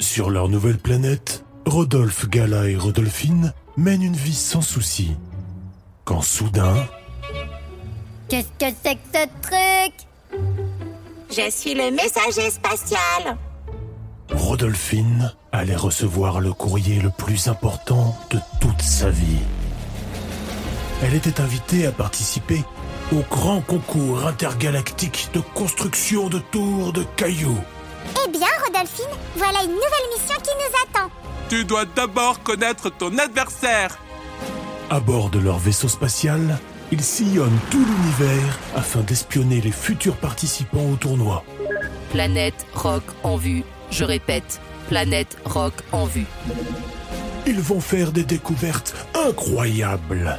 Sur leur nouvelle planète, Rodolphe, Gala et Rodolphine mènent une vie sans souci. Quand soudain, Qu'est-ce que c'est que ce truc Je suis le messager spatial. Eh Rodolphine allait recevoir le courrier le plus important de toute sa vie. Elle était invitée à participer au grand concours intergalactique de construction de tours de cailloux. Eh bien, Rodolphine, voilà une nouvelle mission qui nous attend. Tu dois d'abord connaître ton adversaire. À bord de leur vaisseau spatial, ils sillonnent tout l'univers afin d'espionner les futurs participants au tournoi. Planète Rock en vue. Je répète, Planète Rock en vue. Ils vont faire des découvertes incroyables.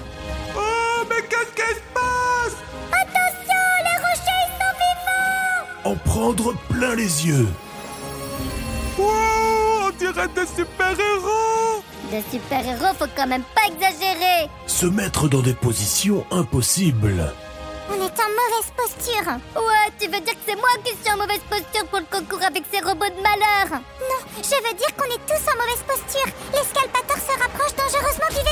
Oh, mais qu'est-ce qui se passe En prendre plein les yeux. Wow, on dirait des super-héros. De super-héros, faut quand même pas exagérer. Se mettre dans des positions impossibles. On est en mauvaise posture. Ouais, tu veux dire que c'est moi qui suis en mauvaise posture pour le concours avec ces robots de malheur Non, je veux dire qu'on est tous en mauvaise posture. L'escalpator se rapproche dangereusement du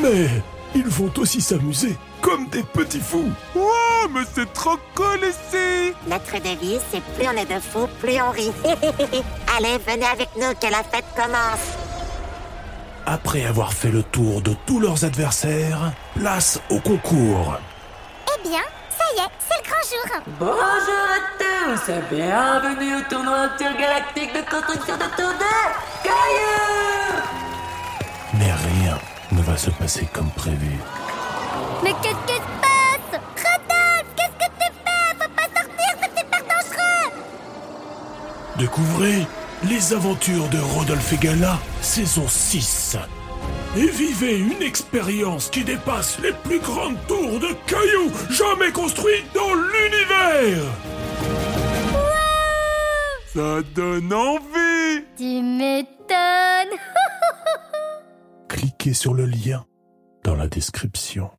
vaisseau. Mais ils vont aussi s'amuser comme des petits fous. Wow, mais c'est trop cool ici. Notre devise, c'est plus on est de fous, plus on rit. Allez, venez avec nous que la fête commence. Après avoir fait le tour de tous leurs adversaires, place au concours. Eh bien, ça y est, c'est le grand jour. Bonjour à tous et bienvenue au tournoi intergalactique de construction de tour de Caillou Mais rien ne va se passer comme prévu. Mais qu'est-ce qui se passe Rodolphe, qu'est-ce que tu fais Faut pas sortir, c'est super dangereux Découvrez les aventures de Rodolphe et Gala, saison 6. Et vivez une expérience qui dépasse les plus grandes tours de cailloux jamais construites dans l'univers. Ça donne envie. Tu m'étonnes Cliquez sur le lien dans la description.